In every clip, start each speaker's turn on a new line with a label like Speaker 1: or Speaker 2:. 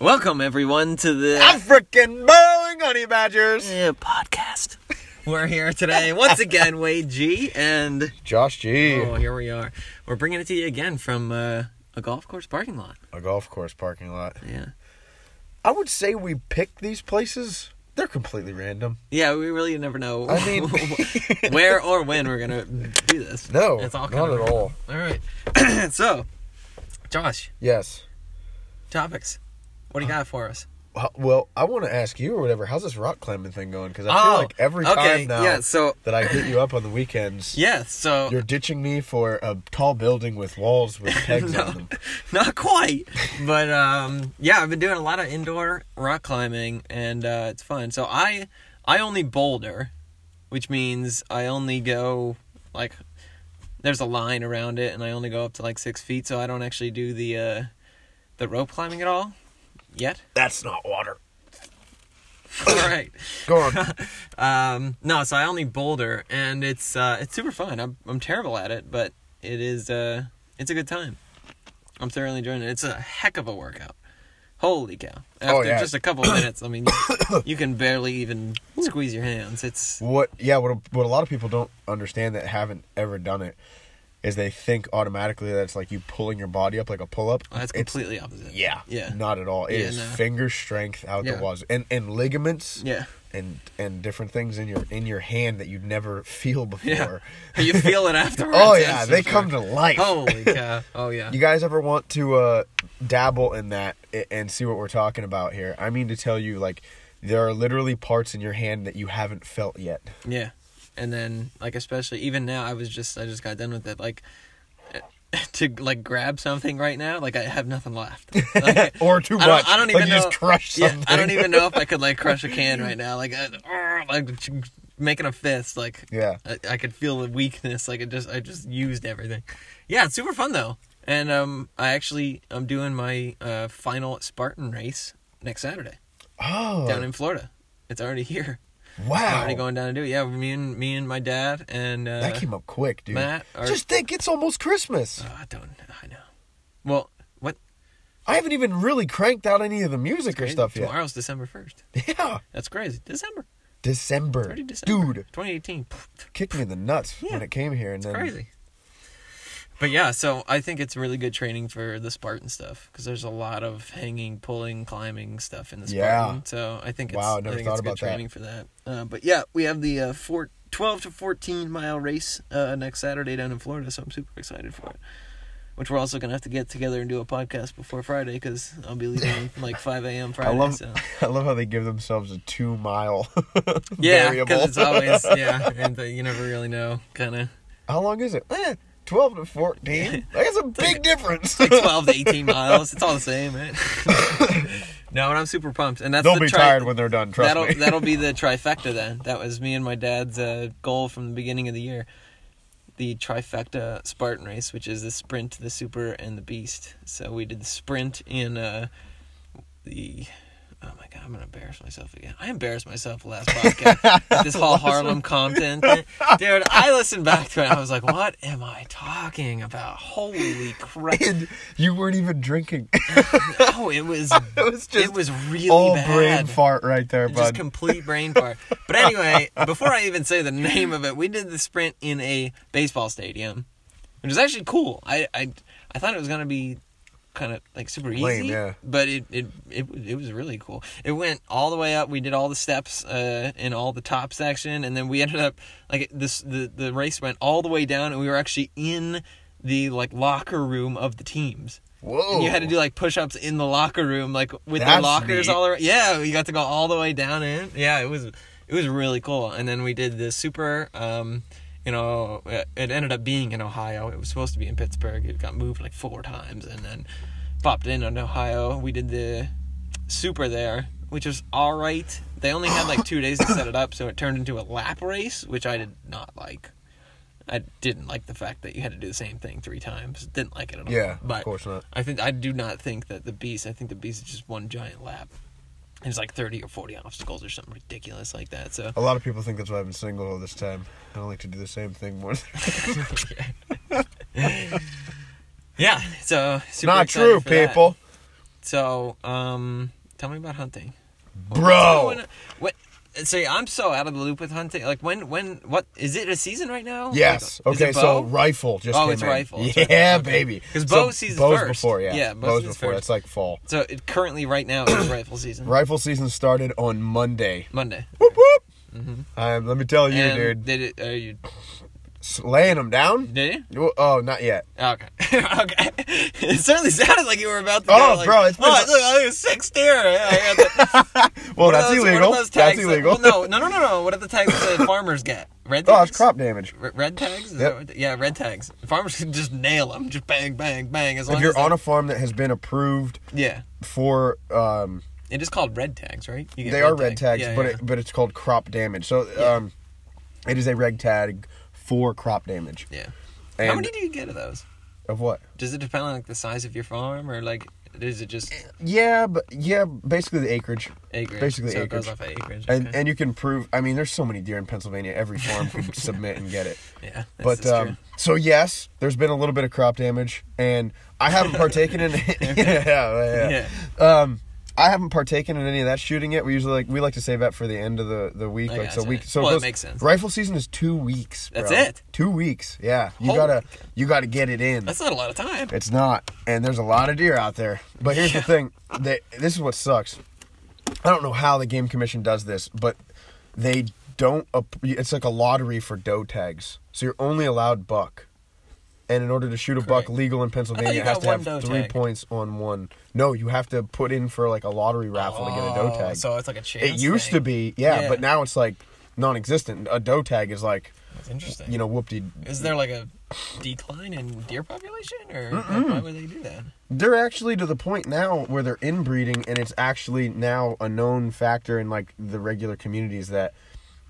Speaker 1: Welcome everyone to the
Speaker 2: African bowling honey badgers.
Speaker 1: Eh, podcast. We're here today once again, Wade G, and
Speaker 2: Josh G,
Speaker 1: oh, here we are. We're bringing it to you again from uh, a golf course parking lot.
Speaker 2: a golf course parking lot.
Speaker 1: Yeah,
Speaker 2: I would say we picked these places. They're completely random.
Speaker 1: yeah. We really never know.
Speaker 2: I mean-
Speaker 1: where or when we're gonna do this.
Speaker 2: No,
Speaker 1: It's all
Speaker 2: not
Speaker 1: kinda
Speaker 2: at all.
Speaker 1: All right. so, Josh,
Speaker 2: Yes.
Speaker 1: topics. What
Speaker 2: Uh,
Speaker 1: do you got for us?
Speaker 2: Well- Well, I want to ask you or whatever. How's this rock climbing thing going? Because I feel
Speaker 1: Oh,
Speaker 2: like every
Speaker 1: okay,
Speaker 2: time now
Speaker 1: yeah, so-
Speaker 2: that I hit you up on the weekends,
Speaker 1: Yeah. So
Speaker 2: you're ditching me for a tall building with walls with pegs
Speaker 1: No.
Speaker 2: on them.
Speaker 1: not quite but um yeah i've been doing a lot of indoor rock climbing and uh it's fun so i i only boulder which means i only go like there's a line around it and i only go up to like six feet so i don't actually do the uh the rope climbing at all yet
Speaker 2: That's not water.
Speaker 1: all right
Speaker 2: Go on.
Speaker 1: um no so i only boulder and it's uh it's super fun i'm, I'm terrible at it but it is uh it's a good time i'm thoroughly enjoying it it's a heck of a workout holy cow after
Speaker 2: Oh, yeah.
Speaker 1: just a couple of minutes i mean you, you can barely even squeeze your hands it's
Speaker 2: What? Yeah. What? What a lot of people don't understand that haven't ever done it is they think automatically that it's like you pulling your body up like a pull up.
Speaker 1: Oh, that's completely opposite
Speaker 2: Yeah.
Speaker 1: yeah
Speaker 2: Not at all. It
Speaker 1: Yeah,
Speaker 2: is
Speaker 1: no.
Speaker 2: finger strength out
Speaker 1: Yeah.
Speaker 2: the wazoo, and and ligaments.
Speaker 1: yeah
Speaker 2: And and different things in your in your hand that you'd never feel
Speaker 1: yeah
Speaker 2: before.
Speaker 1: you feel it afterwards
Speaker 2: Oh
Speaker 1: that's
Speaker 2: yeah,
Speaker 1: for
Speaker 2: they
Speaker 1: sure.
Speaker 2: come to life.
Speaker 1: holy cow oh yeah
Speaker 2: You guys ever want to uh, dabble in that a- and see what we're talking about here? I mean to tell you, like, there are literally parts in your hand that you haven't felt yet.
Speaker 1: Yeah, and then like especially even now, I was just I just got done with it. Like to like grab something right now, like I have nothing left. Like,
Speaker 2: Or too
Speaker 1: I
Speaker 2: much.
Speaker 1: don't, I don't
Speaker 2: Like,
Speaker 1: even
Speaker 2: you
Speaker 1: know.
Speaker 2: just crushed
Speaker 1: yeah, I
Speaker 2: something.
Speaker 1: don't even know if I could like crush a can right now. Like, I, argh, like ch- making a fist. Like,
Speaker 2: Yeah.
Speaker 1: I, I could feel the weakness. Like, it just I just used everything. Yeah, it's super fun though. And um, I actually I'm doing my uh, final Spartan race next Saturday
Speaker 2: Oh,
Speaker 1: down in Florida. It's already here. I'm
Speaker 2: wow.
Speaker 1: already going down to do it. Yeah, me and me and my dad and uh,
Speaker 2: that came up quick, dude.
Speaker 1: Matt, are-
Speaker 2: Just think, it's almost Christmas.
Speaker 1: Oh, I don't. I know. Well, what
Speaker 2: I haven't even really cranked out any of the music or stuff yet.
Speaker 1: Tomorrow's December first.
Speaker 2: Yeah,
Speaker 1: That's crazy. December
Speaker 2: December.
Speaker 1: already December.
Speaker 2: dude,
Speaker 1: twenty eighteen.
Speaker 2: kicked me in the nuts
Speaker 1: Yeah.
Speaker 2: when it came here, and then
Speaker 1: Crazy. But yeah, so I think it's really good training for the Spartan stuff because there's a lot of hanging, pulling, climbing stuff in the
Speaker 2: Yeah.
Speaker 1: Spartan. So I think it's,
Speaker 2: Wow, I never
Speaker 1: think
Speaker 2: thought
Speaker 1: it's good
Speaker 2: about that.
Speaker 1: training for that. Uh, but yeah, we have the uh, four, 12 to 14 mile race uh, next Saturday down in Florida, so I'm super excited for it. Which we're also going to have to get together and do a podcast before Friday because I'll be leaving like 5 a.m. Friday.
Speaker 2: I love
Speaker 1: so.
Speaker 2: I love how they give themselves a two mile
Speaker 1: Yeah,
Speaker 2: variable.
Speaker 1: because it's always yeah, and the, you never really know. Kind of
Speaker 2: How long is it? Eh, Twelve to fourteen. That's a big difference.
Speaker 1: twelve to eighteen miles. It's all the same, man. no, and I'm super pumped, and that's
Speaker 2: They'll
Speaker 1: the
Speaker 2: be
Speaker 1: tri-
Speaker 2: tired when they're done. Trust
Speaker 1: that'll
Speaker 2: me.
Speaker 1: that'll be the trifecta then. That was me and my dad's uh, goal from the beginning of the year. The trifecta Spartan race, which is the sprint, the super, and the beast. So we did the sprint in uh, the. Oh my god, I'm gonna embarrass myself again. I embarrassed myself last podcast. with this whole Harlem Compton, thing. dude. I listened back to it. and I was like, what am I talking about? Holy crap!
Speaker 2: And you weren't even drinking.
Speaker 1: Oh, it was.
Speaker 2: it was just
Speaker 1: it was really
Speaker 2: all
Speaker 1: bad.
Speaker 2: brain fart right there,
Speaker 1: Just
Speaker 2: bud.
Speaker 1: complete brain fart. But anyway, before I even say the name of it, we did the sprint in a baseball stadium, which was actually cool. I I, I thought it was gonna be kind of like super easy,
Speaker 2: Lame, yeah.
Speaker 1: but it, it it it was really cool. It went all the way up. We did all the steps uh, in all the top section, and then we ended up like this. The the race went all the way down, and we were actually in the like locker room of the teams.
Speaker 2: Whoa.
Speaker 1: And you had to do like push-ups in the locker room, like with the
Speaker 2: That's
Speaker 1: lockers
Speaker 2: neat.
Speaker 1: all around. Yeah, you got to go all the way down in. Yeah, it was it was really cool. And then we did the super. Um, you know, it it ended up being in Ohio. It was supposed to be in Pittsburgh. It got moved like four times, and then popped in on Ohio. We did the super there, which was all right. They only had like two days to set it up, so it turned into a lap race, which I did not like. I didn't like the fact that you had to do the same thing three times. Didn't like it at all.
Speaker 2: Yeah,
Speaker 1: but
Speaker 2: of course not.
Speaker 1: I think I do not think that the beast. I think the beast is just one giant lap. It's like thirty or forty obstacles or something ridiculous like that. So
Speaker 2: A lot of people think that's why I've been single all this time. I don't like to do the same thing more. Than...
Speaker 1: yeah, so super
Speaker 2: Not
Speaker 1: excited
Speaker 2: true,
Speaker 1: for that.
Speaker 2: people.
Speaker 1: So, um, tell me about hunting,
Speaker 2: Bro.
Speaker 1: What? See, I'm so out of the loop with hunting. Like, when, when, what is it? A season right now?
Speaker 2: Yes.
Speaker 1: Like, is
Speaker 2: Okay.
Speaker 1: it
Speaker 2: So
Speaker 1: bow?
Speaker 2: rifle just.
Speaker 1: Oh,
Speaker 2: came
Speaker 1: it's
Speaker 2: in.
Speaker 1: rifle, it's rifle,
Speaker 2: Yeah,
Speaker 1: okay.
Speaker 2: baby.
Speaker 1: 'Cause
Speaker 2: So
Speaker 1: bow season's
Speaker 2: bow's
Speaker 1: first.
Speaker 2: before, yeah.
Speaker 1: Yeah, bow
Speaker 2: bow's
Speaker 1: season's
Speaker 2: before.
Speaker 1: first.
Speaker 2: It's like fall.
Speaker 1: So it currently right now is rifle season.
Speaker 2: Rifle season started on Monday.
Speaker 1: Monday.
Speaker 2: Whoop whoop. Um, let me tell you,
Speaker 1: Mm-hmm. And
Speaker 2: dude.
Speaker 1: Did it? Are you?
Speaker 2: Slaying them down.
Speaker 1: Did you?
Speaker 2: Well, Oh, not yet.
Speaker 1: Okay. okay. It certainly sounded like you were about to.
Speaker 2: Oh,
Speaker 1: go, like,
Speaker 2: bro, it's been-
Speaker 1: oh, look, I was six deer. I got the-
Speaker 2: Well,
Speaker 1: What are
Speaker 2: Oh, that's
Speaker 1: those- what are
Speaker 2: illegal.
Speaker 1: those
Speaker 2: That's
Speaker 1: tags that-
Speaker 2: illegal.
Speaker 1: well, no, no, no, no, no. What are the tags that farmers get? Red tags.
Speaker 2: Oh, it's crop damage.
Speaker 1: R- red tags. Is
Speaker 2: Yep.
Speaker 1: that what they- yeah, red tags. Farmers can just nail them. Just bang, bang, bang. As long
Speaker 2: If you're
Speaker 1: as they-
Speaker 2: on a farm that has been approved
Speaker 1: yeah,
Speaker 2: for, um,
Speaker 1: it is called red tags, right? You get
Speaker 2: they are red
Speaker 1: tag.
Speaker 2: tags,
Speaker 1: Yeah,
Speaker 2: but
Speaker 1: yeah.
Speaker 2: It, but it's called crop damage. So,
Speaker 1: Yeah.
Speaker 2: um, it is a red tag for crop damage.
Speaker 1: yeah. How
Speaker 2: And-
Speaker 1: many do you get of those?
Speaker 2: Of what?
Speaker 1: Does it depend on like the size of your farm, or like is it
Speaker 2: Eh,
Speaker 1: just
Speaker 2: Yeah, but yeah, basically the acreage.
Speaker 1: acreage?
Speaker 2: Basically
Speaker 1: so
Speaker 2: acreage.
Speaker 1: it goes off of acreage.
Speaker 2: And
Speaker 1: okay.
Speaker 2: and you can prove. I mean, there's so many deer in Pennsylvania. Every farm can submit and get it.
Speaker 1: yeah, that's,
Speaker 2: But
Speaker 1: that's true.
Speaker 2: um, so yes, there's been a little bit of crop damage, and I haven't partaken in. yeah, yeah, Um, I haven't partaken in any of that shooting yet. We usually like we like to save that for the end of the the week,
Speaker 1: I
Speaker 2: like so
Speaker 1: gotcha.
Speaker 2: week. So
Speaker 1: Well, it
Speaker 2: goes-
Speaker 1: makes sense.
Speaker 2: Rifle season is two weeks.
Speaker 1: That's
Speaker 2: bro.
Speaker 1: it?
Speaker 2: Two weeks. Yeah, you
Speaker 1: Holy
Speaker 2: gotta
Speaker 1: cow.
Speaker 2: you gotta get it in.
Speaker 1: that's not a lot of time.
Speaker 2: It's not, and there's a lot of deer out there. But here's the thing: they, this is what sucks. I don't know how the game commission does this, but they don't. ap- It's like a lottery for doe tags, so you're only allowed buck. And in order to shoot a
Speaker 1: Correct.
Speaker 2: buck legal in Pennsylvania,
Speaker 1: you
Speaker 2: it has
Speaker 1: got
Speaker 2: to
Speaker 1: one
Speaker 2: have
Speaker 1: doe
Speaker 2: three
Speaker 1: tag.
Speaker 2: points on one. No, you have to put in for like a lottery raffle to get a doe
Speaker 1: Oh,
Speaker 2: tag.
Speaker 1: So it's like a chance.
Speaker 2: it used to
Speaker 1: thing.
Speaker 2: be, yeah,
Speaker 1: Yeah.
Speaker 2: but now it's like non-existent. A doe tag is like,
Speaker 1: That's interesting.
Speaker 2: you know, whoopty.
Speaker 1: Is there like a decline in deer population, or like, why would they do that?
Speaker 2: They're actually to the point now where they're inbreeding, and it's actually now a known factor in like the regular communities that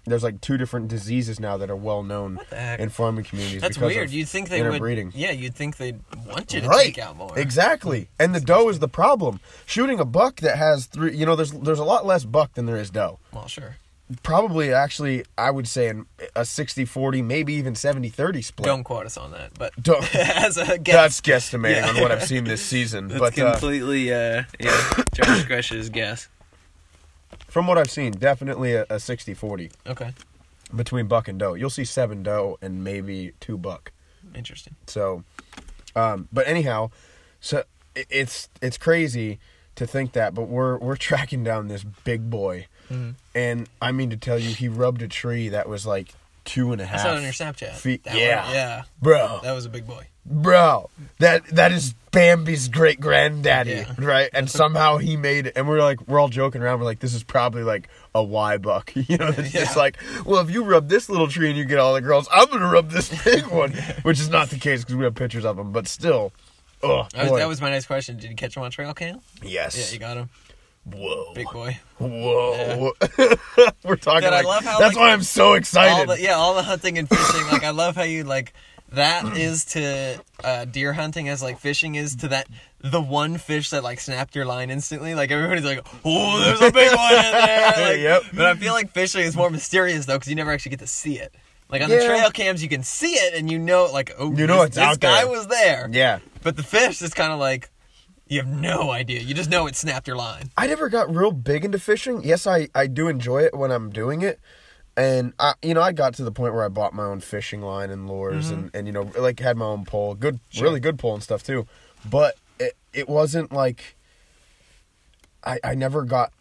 Speaker 2: there's like two different diseases now that are well known
Speaker 1: the heck?
Speaker 2: in farming communities.
Speaker 1: That's
Speaker 2: because
Speaker 1: weird.
Speaker 2: of
Speaker 1: You'd think they would.
Speaker 2: interbreeding.
Speaker 1: Yeah, you'd think they'd want you to
Speaker 2: Right,
Speaker 1: take out more.
Speaker 2: exactly, and the doe is the problem. Shooting a buck that has three, you know, there's there's a lot less buck than there is doe.
Speaker 1: Well, sure.
Speaker 2: Probably, actually, I would say in a 60-40, maybe even 70-30 split.
Speaker 1: Don't quote us on that, but
Speaker 2: Don't-
Speaker 1: as a guess,
Speaker 2: That's guesstimating
Speaker 1: Yeah.
Speaker 2: on what I've seen this season,
Speaker 1: that's
Speaker 2: but uh,
Speaker 1: completely uh, yeah, Josh Gresh's guess.
Speaker 2: from what I've seen, definitely a, a 60-40.
Speaker 1: Okay,
Speaker 2: between buck and doe. You'll see seven doe and maybe two buck.
Speaker 1: interesting.
Speaker 2: So, um, but anyhow, so i- it's it's crazy to think that, but we're we're tracking down this big boy,
Speaker 1: Mm-hmm.
Speaker 2: and I mean to tell you, he rubbed a tree that was like two and a
Speaker 1: I
Speaker 2: half.
Speaker 1: saw it on your Snapchat.
Speaker 2: feet-
Speaker 1: That
Speaker 2: yeah.
Speaker 1: one- yeah,
Speaker 2: Bro,
Speaker 1: that was a big boy.
Speaker 2: bro, that that is Bambi's great granddaddy,
Speaker 1: Yeah.
Speaker 2: right? And somehow he made it. And we're like, we're all joking around. We're like, this is probably like a Y buck, you know? It's just
Speaker 1: Yeah.
Speaker 2: like, well, if you rub this little tree and you get all the girls, I'm gonna rub this big one, which is not the case because we have pictures of him. But still, oh,
Speaker 1: That was, that was my next question. Did you catch him on trail cam? Yeah,
Speaker 2: yes,
Speaker 1: you got him,
Speaker 2: whoa,
Speaker 1: big boy.
Speaker 2: whoa. we're talking.
Speaker 1: Dude, I
Speaker 2: like,
Speaker 1: love how,
Speaker 2: that's
Speaker 1: like,
Speaker 2: why I'm so
Speaker 1: all
Speaker 2: excited.
Speaker 1: the, yeah, all the hunting and fishing. Like I love how you like that is to uh, deer hunting as like fishing is to that the one fish that like snapped your line instantly. Like everybody's like, oh, there's a big one in there. Like,
Speaker 2: Yep.
Speaker 1: But I feel like fishing is more mysterious though because you never actually get to see it. Like on the
Speaker 2: Yeah.
Speaker 1: trail cams, you can see it and you know, like, oh,
Speaker 2: You know
Speaker 1: this,
Speaker 2: it's
Speaker 1: this
Speaker 2: out
Speaker 1: guy
Speaker 2: there.
Speaker 1: was there.
Speaker 2: yeah.
Speaker 1: But the fish is kind of like. You have no idea. You just know it snapped your line.
Speaker 2: I never got real big into fishing. Yes, I, I do enjoy it when I'm doing it. And I you know, I got to the point where I bought my own fishing line and lures
Speaker 1: Mm-hmm.
Speaker 2: and, and you know, like had my own pole. Good really good pole and stuff too. But it it wasn't like I I never got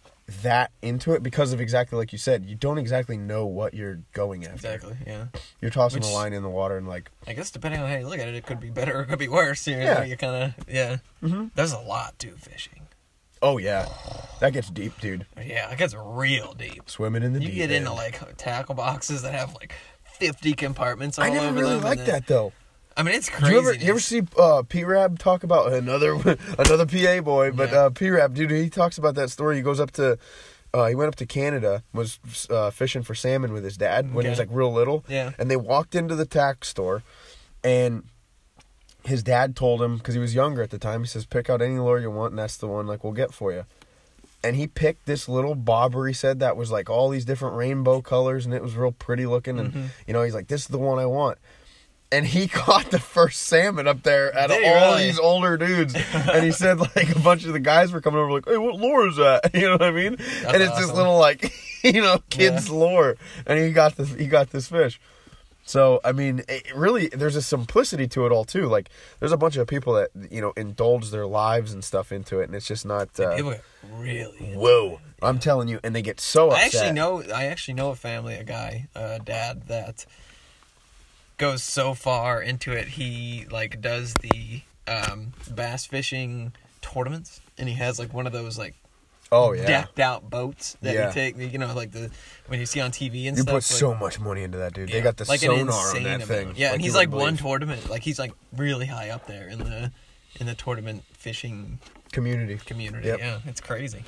Speaker 2: that into it because of exactly like you said, you don't exactly know what you're going after.
Speaker 1: Exactly. Yeah.
Speaker 2: You're tossing
Speaker 1: Which-
Speaker 2: a line in the water and like
Speaker 1: I guess depending on how you look at it, it could be better or it could be worse. You know,
Speaker 2: Yeah. Mm-hmm.
Speaker 1: you kind of yeah. There's a lot to fishing.
Speaker 2: oh yeah. That gets deep, dude.
Speaker 1: Yeah, it gets real deep.
Speaker 2: Swimming in the
Speaker 1: You
Speaker 2: deep.
Speaker 1: get
Speaker 2: end.
Speaker 1: into like tackle boxes that have like 50 compartments all
Speaker 2: I never
Speaker 1: over
Speaker 2: really
Speaker 1: them. and
Speaker 2: liked
Speaker 1: then-
Speaker 2: that though.
Speaker 1: I mean, it's
Speaker 2: Do
Speaker 1: crazy.
Speaker 2: you ever you ever see uh, P Rab talk about another another PA boy? But
Speaker 1: Yeah.
Speaker 2: uh, P Rab, dude, he talks about that story. He goes up to uh, he went up to Canada, was uh, fishing for salmon with his dad when he was
Speaker 1: Okay.
Speaker 2: like real little.
Speaker 1: Yeah.
Speaker 2: and they walked into the tack store, and his dad told him because he was younger at the time. He says, "Pick out any lure you want, and that's the one like we'll get for you." And he picked this little bobber. He said that was like
Speaker 1: Mm-hmm.
Speaker 2: all these different rainbow colors, and it was real pretty looking. And you know, he's like, "This is the one I want." and he caught the first salmon up there out of
Speaker 1: Did he
Speaker 2: all
Speaker 1: really?
Speaker 2: these older dudes. and he said like a bunch of the guys were coming over like, "Hey, what lure is that?" You know what I mean? and it's this
Speaker 1: awesome.
Speaker 2: little like, you know, kids lure, and he got this he got this fish. So I mean, it really, there's a simplicity to it all too. Like, there's a bunch of people that you know indulge their lives and stuff into it, and it's just not. Uh,
Speaker 1: People get really.
Speaker 2: whoa! I'm telling you, and they get so
Speaker 1: I
Speaker 2: upset.
Speaker 1: actually know. I actually know a family, a guy, a dad that goes so far into it. He like does the um, bass fishing tournaments, and he has like one of those like
Speaker 2: Oh yeah,
Speaker 1: decked out boats that
Speaker 2: Yeah.
Speaker 1: you take. You know, like the when you see on TV and
Speaker 2: you
Speaker 1: stuff.
Speaker 2: put
Speaker 1: like-
Speaker 2: so much money into that dude. They
Speaker 1: Yeah,
Speaker 2: got the
Speaker 1: like an
Speaker 2: sonar on
Speaker 1: insane
Speaker 2: that
Speaker 1: amount.
Speaker 2: thing.
Speaker 1: Yeah, and
Speaker 2: you
Speaker 1: he's like
Speaker 2: wouldn't
Speaker 1: one
Speaker 2: believe.
Speaker 1: tournament. Like he's like really high up there in the in the tournament fishing
Speaker 2: community.
Speaker 1: community.
Speaker 2: Yep.
Speaker 1: Yeah, it's crazy.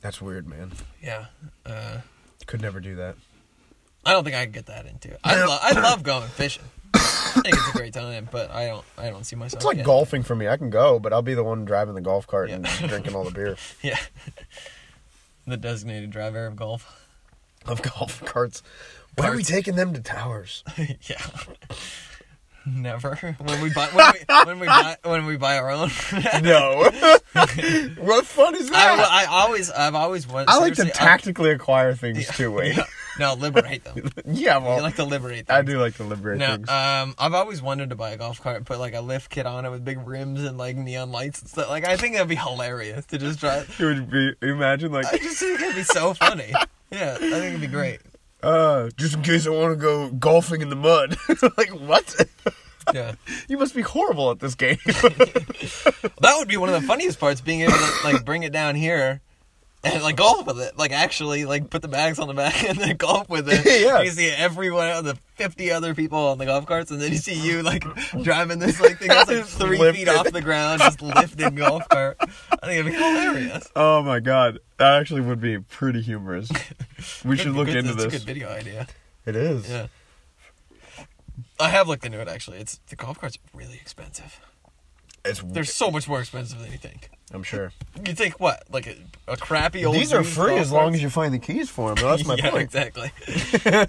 Speaker 2: That's weird, man.
Speaker 1: Yeah. Uh,
Speaker 2: Could never do that.
Speaker 1: I don't think I could get that into. it. I lo- I love going fishing. I think it's a great time, but I don't I don't see myself.
Speaker 2: It's like
Speaker 1: getting-
Speaker 2: golfing for me. I can go, but I'll be the one driving the golf cart
Speaker 1: Yeah.
Speaker 2: and drinking all the beer
Speaker 1: Yeah. the designated driver of golf.
Speaker 2: of golf carts. Why are we
Speaker 1: Carts.
Speaker 2: taking them to towers?
Speaker 1: yeah. Never. When we buy when we, when we buy when we buy our own.
Speaker 2: no. what fun is that?
Speaker 1: I, I always I've always wanted.
Speaker 2: I like to
Speaker 1: seriously, I-
Speaker 2: tactically acquire things too, Wade. Yeah,
Speaker 1: No, liberate them.
Speaker 2: well,
Speaker 1: You like to liberate them.
Speaker 2: I do like to liberate
Speaker 1: No,
Speaker 2: things.
Speaker 1: um, I've always wanted to buy a golf cart, put like a lift kit on it with big rims and like neon lights and stuff. Like I think that'd be hilarious to just drive.
Speaker 2: it would be imagine like,
Speaker 1: I just think it'd be so funny. Yeah, I think it'd be great.
Speaker 2: uh, just in case I want to go golfing in the mud. like what?
Speaker 1: Yeah,
Speaker 2: you must be horrible at this game.
Speaker 1: that would be one of the funniest parts, being able to like bring it down here. And like golf with it, like actually, like put the bags on the back and then golf with it.
Speaker 2: Yeah.
Speaker 1: You see everyone, of the fifty other people on the golf carts, and then you see you like driving this like thing that's like
Speaker 2: Just
Speaker 1: three feet
Speaker 2: lifted.
Speaker 1: off the ground, just lifted golf cart. I think it'd be hilarious.
Speaker 2: oh my god, that actually would be pretty humorous. We should
Speaker 1: Good-
Speaker 2: look
Speaker 1: good-
Speaker 2: into
Speaker 1: that's a
Speaker 2: this.
Speaker 1: good video idea.
Speaker 2: It is.
Speaker 1: Yeah. I have looked into it actually. It's the golf carts are really expensive.
Speaker 2: It's
Speaker 1: They're so much more expensive than you think.
Speaker 2: I'm sure.
Speaker 1: You think what? Like a, a crappy old.
Speaker 2: These are
Speaker 1: used
Speaker 2: free
Speaker 1: golf
Speaker 2: as long
Speaker 1: carts?
Speaker 2: as you find the keys for them. That's my
Speaker 1: yeah,
Speaker 2: point.
Speaker 1: exactly.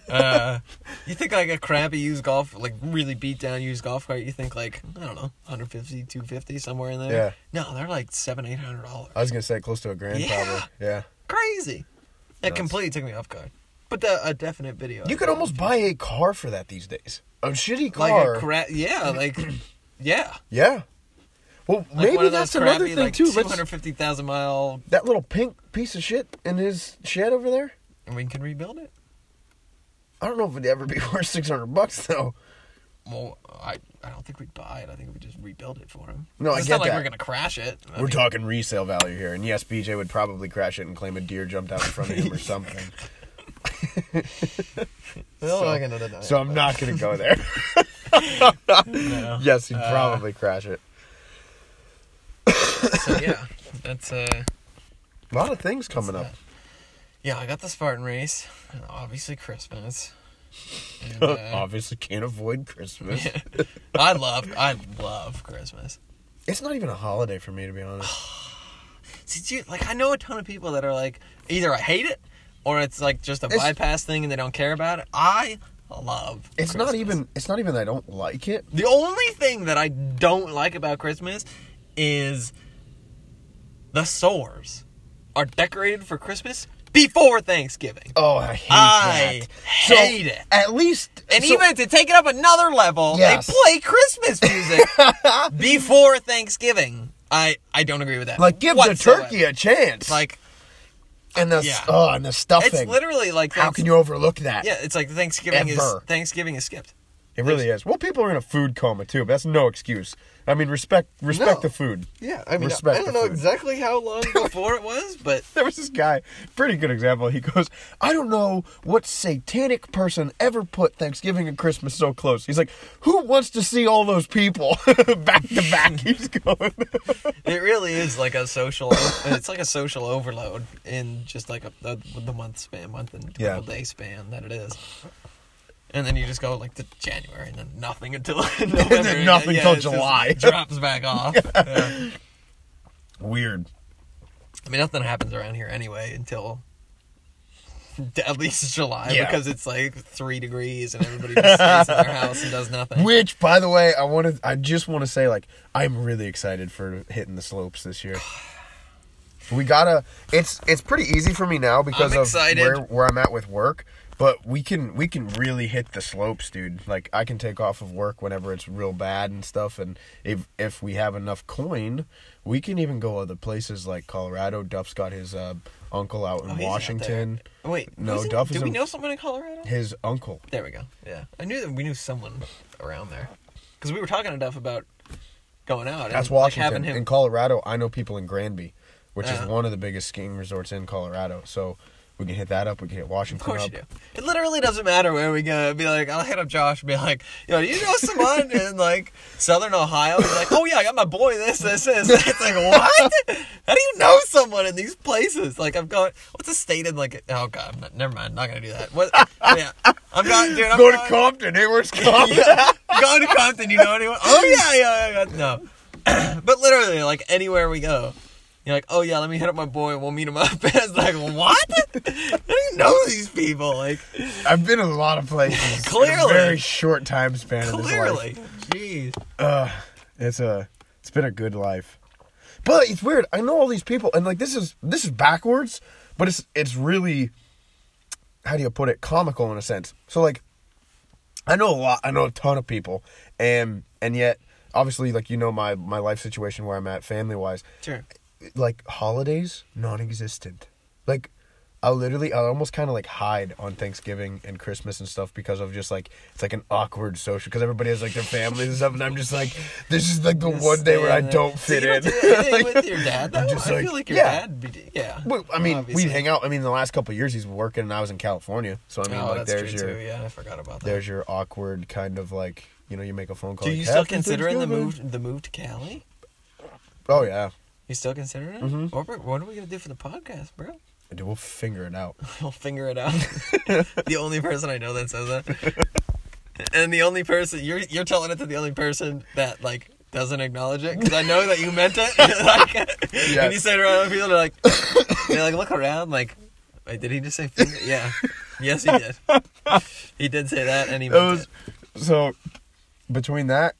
Speaker 1: uh, you think like a crappy used golf, like really beat down used golf cart. You think like I don't know, 150, 250, somewhere in there. Yeah. No, they're like seven, eight hundred dollars.
Speaker 2: I was gonna say close to a grand,
Speaker 1: Yeah.
Speaker 2: probably. Yeah.
Speaker 1: Crazy. That
Speaker 2: Nuts.
Speaker 1: completely took me off guard. But the, a definite video.
Speaker 2: You could almost buy a car for that these days. A shitty car.
Speaker 1: like a crap. Yeah, like yeah.
Speaker 2: Yeah. Well,
Speaker 1: Like
Speaker 2: maybe
Speaker 1: one of
Speaker 2: that's
Speaker 1: those
Speaker 2: another
Speaker 1: crappy,
Speaker 2: thing
Speaker 1: like,
Speaker 2: too.
Speaker 1: Two
Speaker 2: Let's,
Speaker 1: hundred fifty thousand mile,
Speaker 2: that little pink piece of shit in his shed over there.
Speaker 1: and we can rebuild it.
Speaker 2: I don't know if it'd ever be worth six hundred bucks though.
Speaker 1: Well, I, I don't think we'd buy it. I think we just rebuild it for him.
Speaker 2: No, I
Speaker 1: it's
Speaker 2: get
Speaker 1: not like
Speaker 2: that.
Speaker 1: we're gonna crash it. I
Speaker 2: We're
Speaker 1: mean,
Speaker 2: talking resale value here, and yes, BJ would probably crash it and claim a deer jumped out in front of him or something.
Speaker 1: we're not gonna do that.
Speaker 2: So I'm not gonna go there. yes, he'd probably crash it.
Speaker 1: So, yeah, that's uh,
Speaker 2: A lot of things coming up.
Speaker 1: yeah. I got the Spartan race, and obviously Christmas. And, uh,
Speaker 2: Obviously, can't avoid Christmas.
Speaker 1: I love, I love Christmas.
Speaker 2: It's not even a holiday for me, to be honest.
Speaker 1: See, dude, like I know a ton of people that are like either I hate it or it's like just a
Speaker 2: It's-
Speaker 1: bypass thing and they don't care about it. I love.
Speaker 2: It's not
Speaker 1: Christmas.
Speaker 2: even. It's not even. That I don't like it.
Speaker 1: The only thing that I don't like about Christmas is the stores are decorated for Christmas before Thanksgiving.
Speaker 2: Oh, I hate
Speaker 1: I
Speaker 2: that.
Speaker 1: hate it.
Speaker 2: At least,
Speaker 1: And
Speaker 2: so-
Speaker 1: even to take it up another level,
Speaker 2: Yes.
Speaker 1: they play Christmas music before Thanksgiving. I, I don't agree with that.
Speaker 2: like, give the
Speaker 1: whatsoever.
Speaker 2: turkey a chance.
Speaker 1: Like
Speaker 2: and the
Speaker 1: yeah.
Speaker 2: oh, and the stuffing.
Speaker 1: it's literally like
Speaker 2: How
Speaker 1: Thanks-
Speaker 2: can you overlook that?
Speaker 1: Yeah, it's like Thanksgiving is
Speaker 2: Ever.
Speaker 1: Thanksgiving is skipped.
Speaker 2: it really is. Well, people are in a food coma too, but that's no excuse. I mean, respect respect
Speaker 1: No.
Speaker 2: the food.
Speaker 1: Yeah, I
Speaker 2: mean, Respect I don't the know food.
Speaker 1: exactly how long before it was, but
Speaker 2: There was this guy, pretty good example. He goes, I don't know what satanic person ever put Thanksgiving and Christmas so close. He's like, who wants to see all those people back to back? He's going.
Speaker 1: It really is like a social. it's like a social overload in just like a, the, the month span, month and couple
Speaker 2: Yeah.
Speaker 1: day span that it is. And then you just go like to January, and then nothing until November, and then
Speaker 2: nothing till
Speaker 1: it just
Speaker 2: July.
Speaker 1: drops back off. Yeah.
Speaker 2: Weird.
Speaker 1: I mean, nothing happens around here anyway until at least July
Speaker 2: Yeah.
Speaker 1: because it's like three degrees and everybody just stays in their house and does nothing.
Speaker 2: Which, by the way, I wanted. I just want to say, like, I'm really excited for hitting the slopes this year. We gotta. It's it's pretty easy for me now because
Speaker 1: I'm
Speaker 2: of
Speaker 1: excited.
Speaker 2: where where I'm at with work. But we can we can really hit the slopes, dude. Like I can take off of work whenever it's real bad and stuff. And if if we have enough coin, we can even go other places like Colorado. Duff's got his uh, uncle out in
Speaker 1: Oh, he's out there.
Speaker 2: Washington.
Speaker 1: Oh, Wait,
Speaker 2: No,
Speaker 1: who's in-
Speaker 2: Duff is
Speaker 1: Do we
Speaker 2: in-
Speaker 1: know someone in Colorado?
Speaker 2: His uncle.
Speaker 1: There we go. Yeah, I knew that we knew someone around there because we were talking to Duff about going out. and,
Speaker 2: That's
Speaker 1: like,
Speaker 2: Washington.
Speaker 1: having him-
Speaker 2: In Colorado, I know people in Granby, which is
Speaker 1: Uh-huh.
Speaker 2: one of the biggest skiing resorts in Colorado. So we can hit that up. We can hit Washington
Speaker 1: Of course
Speaker 2: up.
Speaker 1: you do. It literally doesn't matter where we go. It'd be like, I'll hit up Josh and be like, yo, do you know someone in like southern Ohio? He's like, oh yeah, I got my boy this, this, this. It's like, what? How do you know someone in these places? Like, I'm going, what's a state in like, oh god, I'm not, never mind, I'm not going to do that. What? Yeah. I'm not, dude, I'm
Speaker 2: Go to
Speaker 1: going,
Speaker 2: Compton. Hey, where's Compton?
Speaker 1: go to Compton, you know anyone? Oh yeah, yeah, yeah, yeah. no. but literally, like anywhere we go, you're like, oh yeah, let me hit up my boy and we'll meet him up. And it's like, what? I don't know these people. Like,
Speaker 2: I've been in a lot of places. In a
Speaker 1: Clearly.
Speaker 2: very short time span. of this life.
Speaker 1: clearly, jeez.
Speaker 2: Ugh, it's a it's been a good life. But it's weird. I know all these people and like this is this is backwards, but it's it's really how do you put it? comical in a sense. So like I know a lot I know a ton of people and and yet obviously like you know my my life situation where I'm at family wise
Speaker 1: Sure.
Speaker 2: like holidays non-existent like i literally i almost kind of like hide on thanksgiving and christmas and stuff because of just like it's like an awkward social because everybody has like their families and stuff and i'm just like this is like the one day where i
Speaker 1: Yeah.
Speaker 2: don't
Speaker 1: So you
Speaker 2: fit in
Speaker 1: don't do anything
Speaker 2: Like,
Speaker 1: with your dad, though?
Speaker 2: I'm just
Speaker 1: I
Speaker 2: like,
Speaker 1: feel like your
Speaker 2: yeah.
Speaker 1: dad. Be, yeah.
Speaker 2: well, i mean
Speaker 1: Obviously.
Speaker 2: we hang out i mean the last couple of years he's working and i was in california so i mean
Speaker 1: oh,
Speaker 2: like
Speaker 1: that's
Speaker 2: there's
Speaker 1: true
Speaker 2: your
Speaker 1: too. Yeah, I forgot about that.
Speaker 2: there's your awkward kind of like you know you make a phone call
Speaker 1: Do
Speaker 2: like,
Speaker 1: you still
Speaker 2: "Happy
Speaker 1: considering the
Speaker 2: Thanksgiving."
Speaker 1: move? The move to Cali?
Speaker 2: oh yeah
Speaker 1: You still considering it?
Speaker 2: Mhm.
Speaker 1: What, we're- what are we gonna do for the podcast, bro?
Speaker 2: Dude, we'll figure it out
Speaker 1: I'll figure it out. the only person I know that says that, and the only person you're you're telling it to the only person that like doesn't acknowledge it because I know that you meant it. like, when you say it around other people, they're like, they like look around like, wait, did he just say finger? Yeah, yes, he did. He did say that, and he
Speaker 2: It
Speaker 1: meant
Speaker 2: was
Speaker 1: it.
Speaker 2: so between that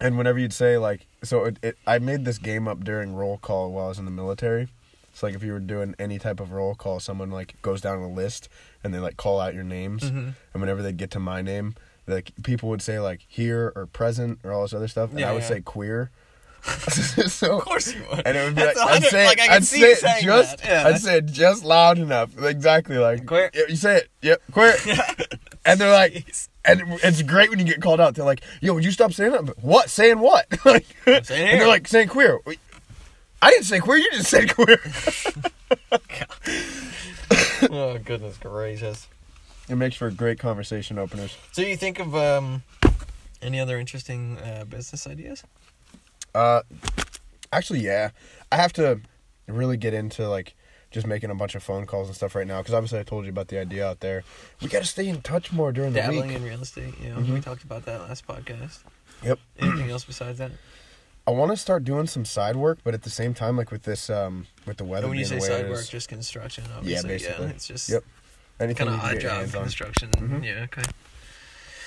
Speaker 2: and whenever you'd say like so it, it I made this game up during roll call while I was in the military. It's like if you were doing any type of roll call, someone like goes down a list and they like call out your names,
Speaker 1: Mhm.
Speaker 2: and whenever they get to my name, like people would say like here or present or all this other stuff, and
Speaker 1: Yeah,
Speaker 2: I would
Speaker 1: yeah.
Speaker 2: say queer. so
Speaker 1: Of course you would.
Speaker 2: and it would be
Speaker 1: That's
Speaker 2: like,
Speaker 1: a
Speaker 2: I'd
Speaker 1: hundred-
Speaker 2: say,
Speaker 1: like, I
Speaker 2: I
Speaker 1: could
Speaker 2: would
Speaker 1: see
Speaker 2: say
Speaker 1: you
Speaker 2: it
Speaker 1: saying
Speaker 2: just,
Speaker 1: that. Yeah.
Speaker 2: I'd say it just loud enough, exactly like
Speaker 1: Queer.
Speaker 2: "Yeah, you say it, yep, queer, and they're like, and it's great when you get called out. They're like, yo, would you stop saying that? But What saying what? like,
Speaker 1: saying
Speaker 2: and
Speaker 1: here.
Speaker 2: they're like saying queer. We- I didn't say queer. You just said queer.
Speaker 1: oh goodness gracious.
Speaker 2: it makes for great conversation openers.
Speaker 1: So you think of um, any other interesting uh, business ideas?
Speaker 2: Uh, actually, yeah, I have to really get into like just making a bunch of phone calls and stuff right now because obviously I told you about the idea out there. We got to stay in touch more during the
Speaker 1: Dabbling
Speaker 2: week. Mm-hmm.
Speaker 1: in real estate. You know, we talked about that last podcast.
Speaker 2: yep.
Speaker 1: Anything else besides that?
Speaker 2: I want to start doing some side work, but at the same time, like with this, um, with the weather
Speaker 1: And when you
Speaker 2: being
Speaker 1: say
Speaker 2: the way it
Speaker 1: side work,
Speaker 2: is-
Speaker 1: just construction,
Speaker 2: yeah,
Speaker 1: obviously.
Speaker 2: basically,
Speaker 1: it's just
Speaker 2: yep. Anything
Speaker 1: kind of
Speaker 2: you can
Speaker 1: odd
Speaker 2: get your
Speaker 1: job
Speaker 2: Mm-hmm. hands on.
Speaker 1: construction. Yeah, okay.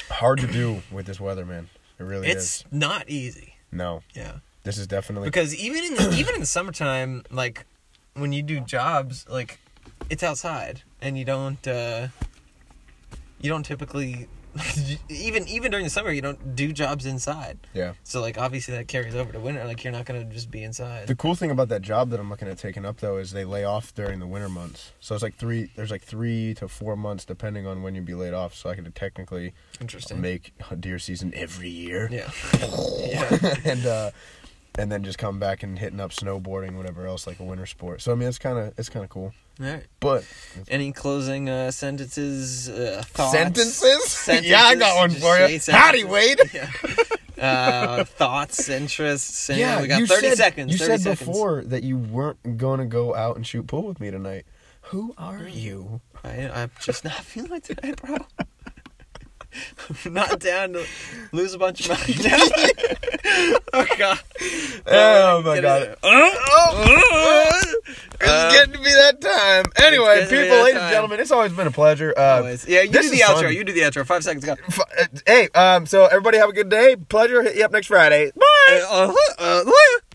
Speaker 2: Hard to do with this weather, man. It really
Speaker 1: It's
Speaker 2: is.
Speaker 1: not easy.
Speaker 2: No,
Speaker 1: Yeah,
Speaker 2: this is definitely
Speaker 1: because even in the, even in the summertime, like when you do jobs, like it's outside, and you don't uh, you don't typically even even during the summer you don't do jobs inside.
Speaker 2: yeah.
Speaker 1: So like obviously that carries over to winter. Like you're not gonna just be inside.
Speaker 2: The cool thing about that job that I'm looking at taking up though is they lay off during the winter months. So it's like three. There's like three to four months depending on when you'd be laid off. So I could technically
Speaker 1: Interesting.
Speaker 2: make deer season every year.
Speaker 1: Yeah. yeah.
Speaker 2: and uh, and then just come back and hitting up snowboarding, whatever else, like a winter sport. So I mean, it's kind of it's kind of cool.
Speaker 1: All right.
Speaker 2: But
Speaker 1: Any closing uh, sentences? Uh, thoughts?
Speaker 2: Sentences? Yeah, I got one
Speaker 1: Just
Speaker 2: for
Speaker 1: say
Speaker 2: you.
Speaker 1: sentences.
Speaker 2: Howdy, Wade.
Speaker 1: Yeah. Uh, thoughts, interests. And yeah, we got
Speaker 2: you
Speaker 1: thirty
Speaker 2: said-
Speaker 1: seconds.
Speaker 2: You
Speaker 1: 30
Speaker 2: said
Speaker 1: seconds.
Speaker 2: before that you weren't going to go out and shoot pool with me tonight. Who are you?
Speaker 1: I, I'm just not feeling it today, bro. I'm not down to lose a bunch of money. oh god.
Speaker 2: Oh, my
Speaker 1: Get
Speaker 2: God. Uh,
Speaker 1: it. Oh, oh, oh.
Speaker 2: It's
Speaker 1: Um,
Speaker 2: getting to be that time. Anyway,
Speaker 1: getting to be
Speaker 2: people,
Speaker 1: that
Speaker 2: ladies and
Speaker 1: time.
Speaker 2: gentlemen, it's always been a pleasure. Uh,
Speaker 1: Anyways, yeah, you
Speaker 2: this
Speaker 1: do the
Speaker 2: is
Speaker 1: outro.
Speaker 2: fun.
Speaker 1: You do the outro. Five seconds. Go.
Speaker 2: F- uh, hey, um, so everybody have a good day. Pleasure. Hit you up next Friday. Bye.
Speaker 1: Uh, uh, uh,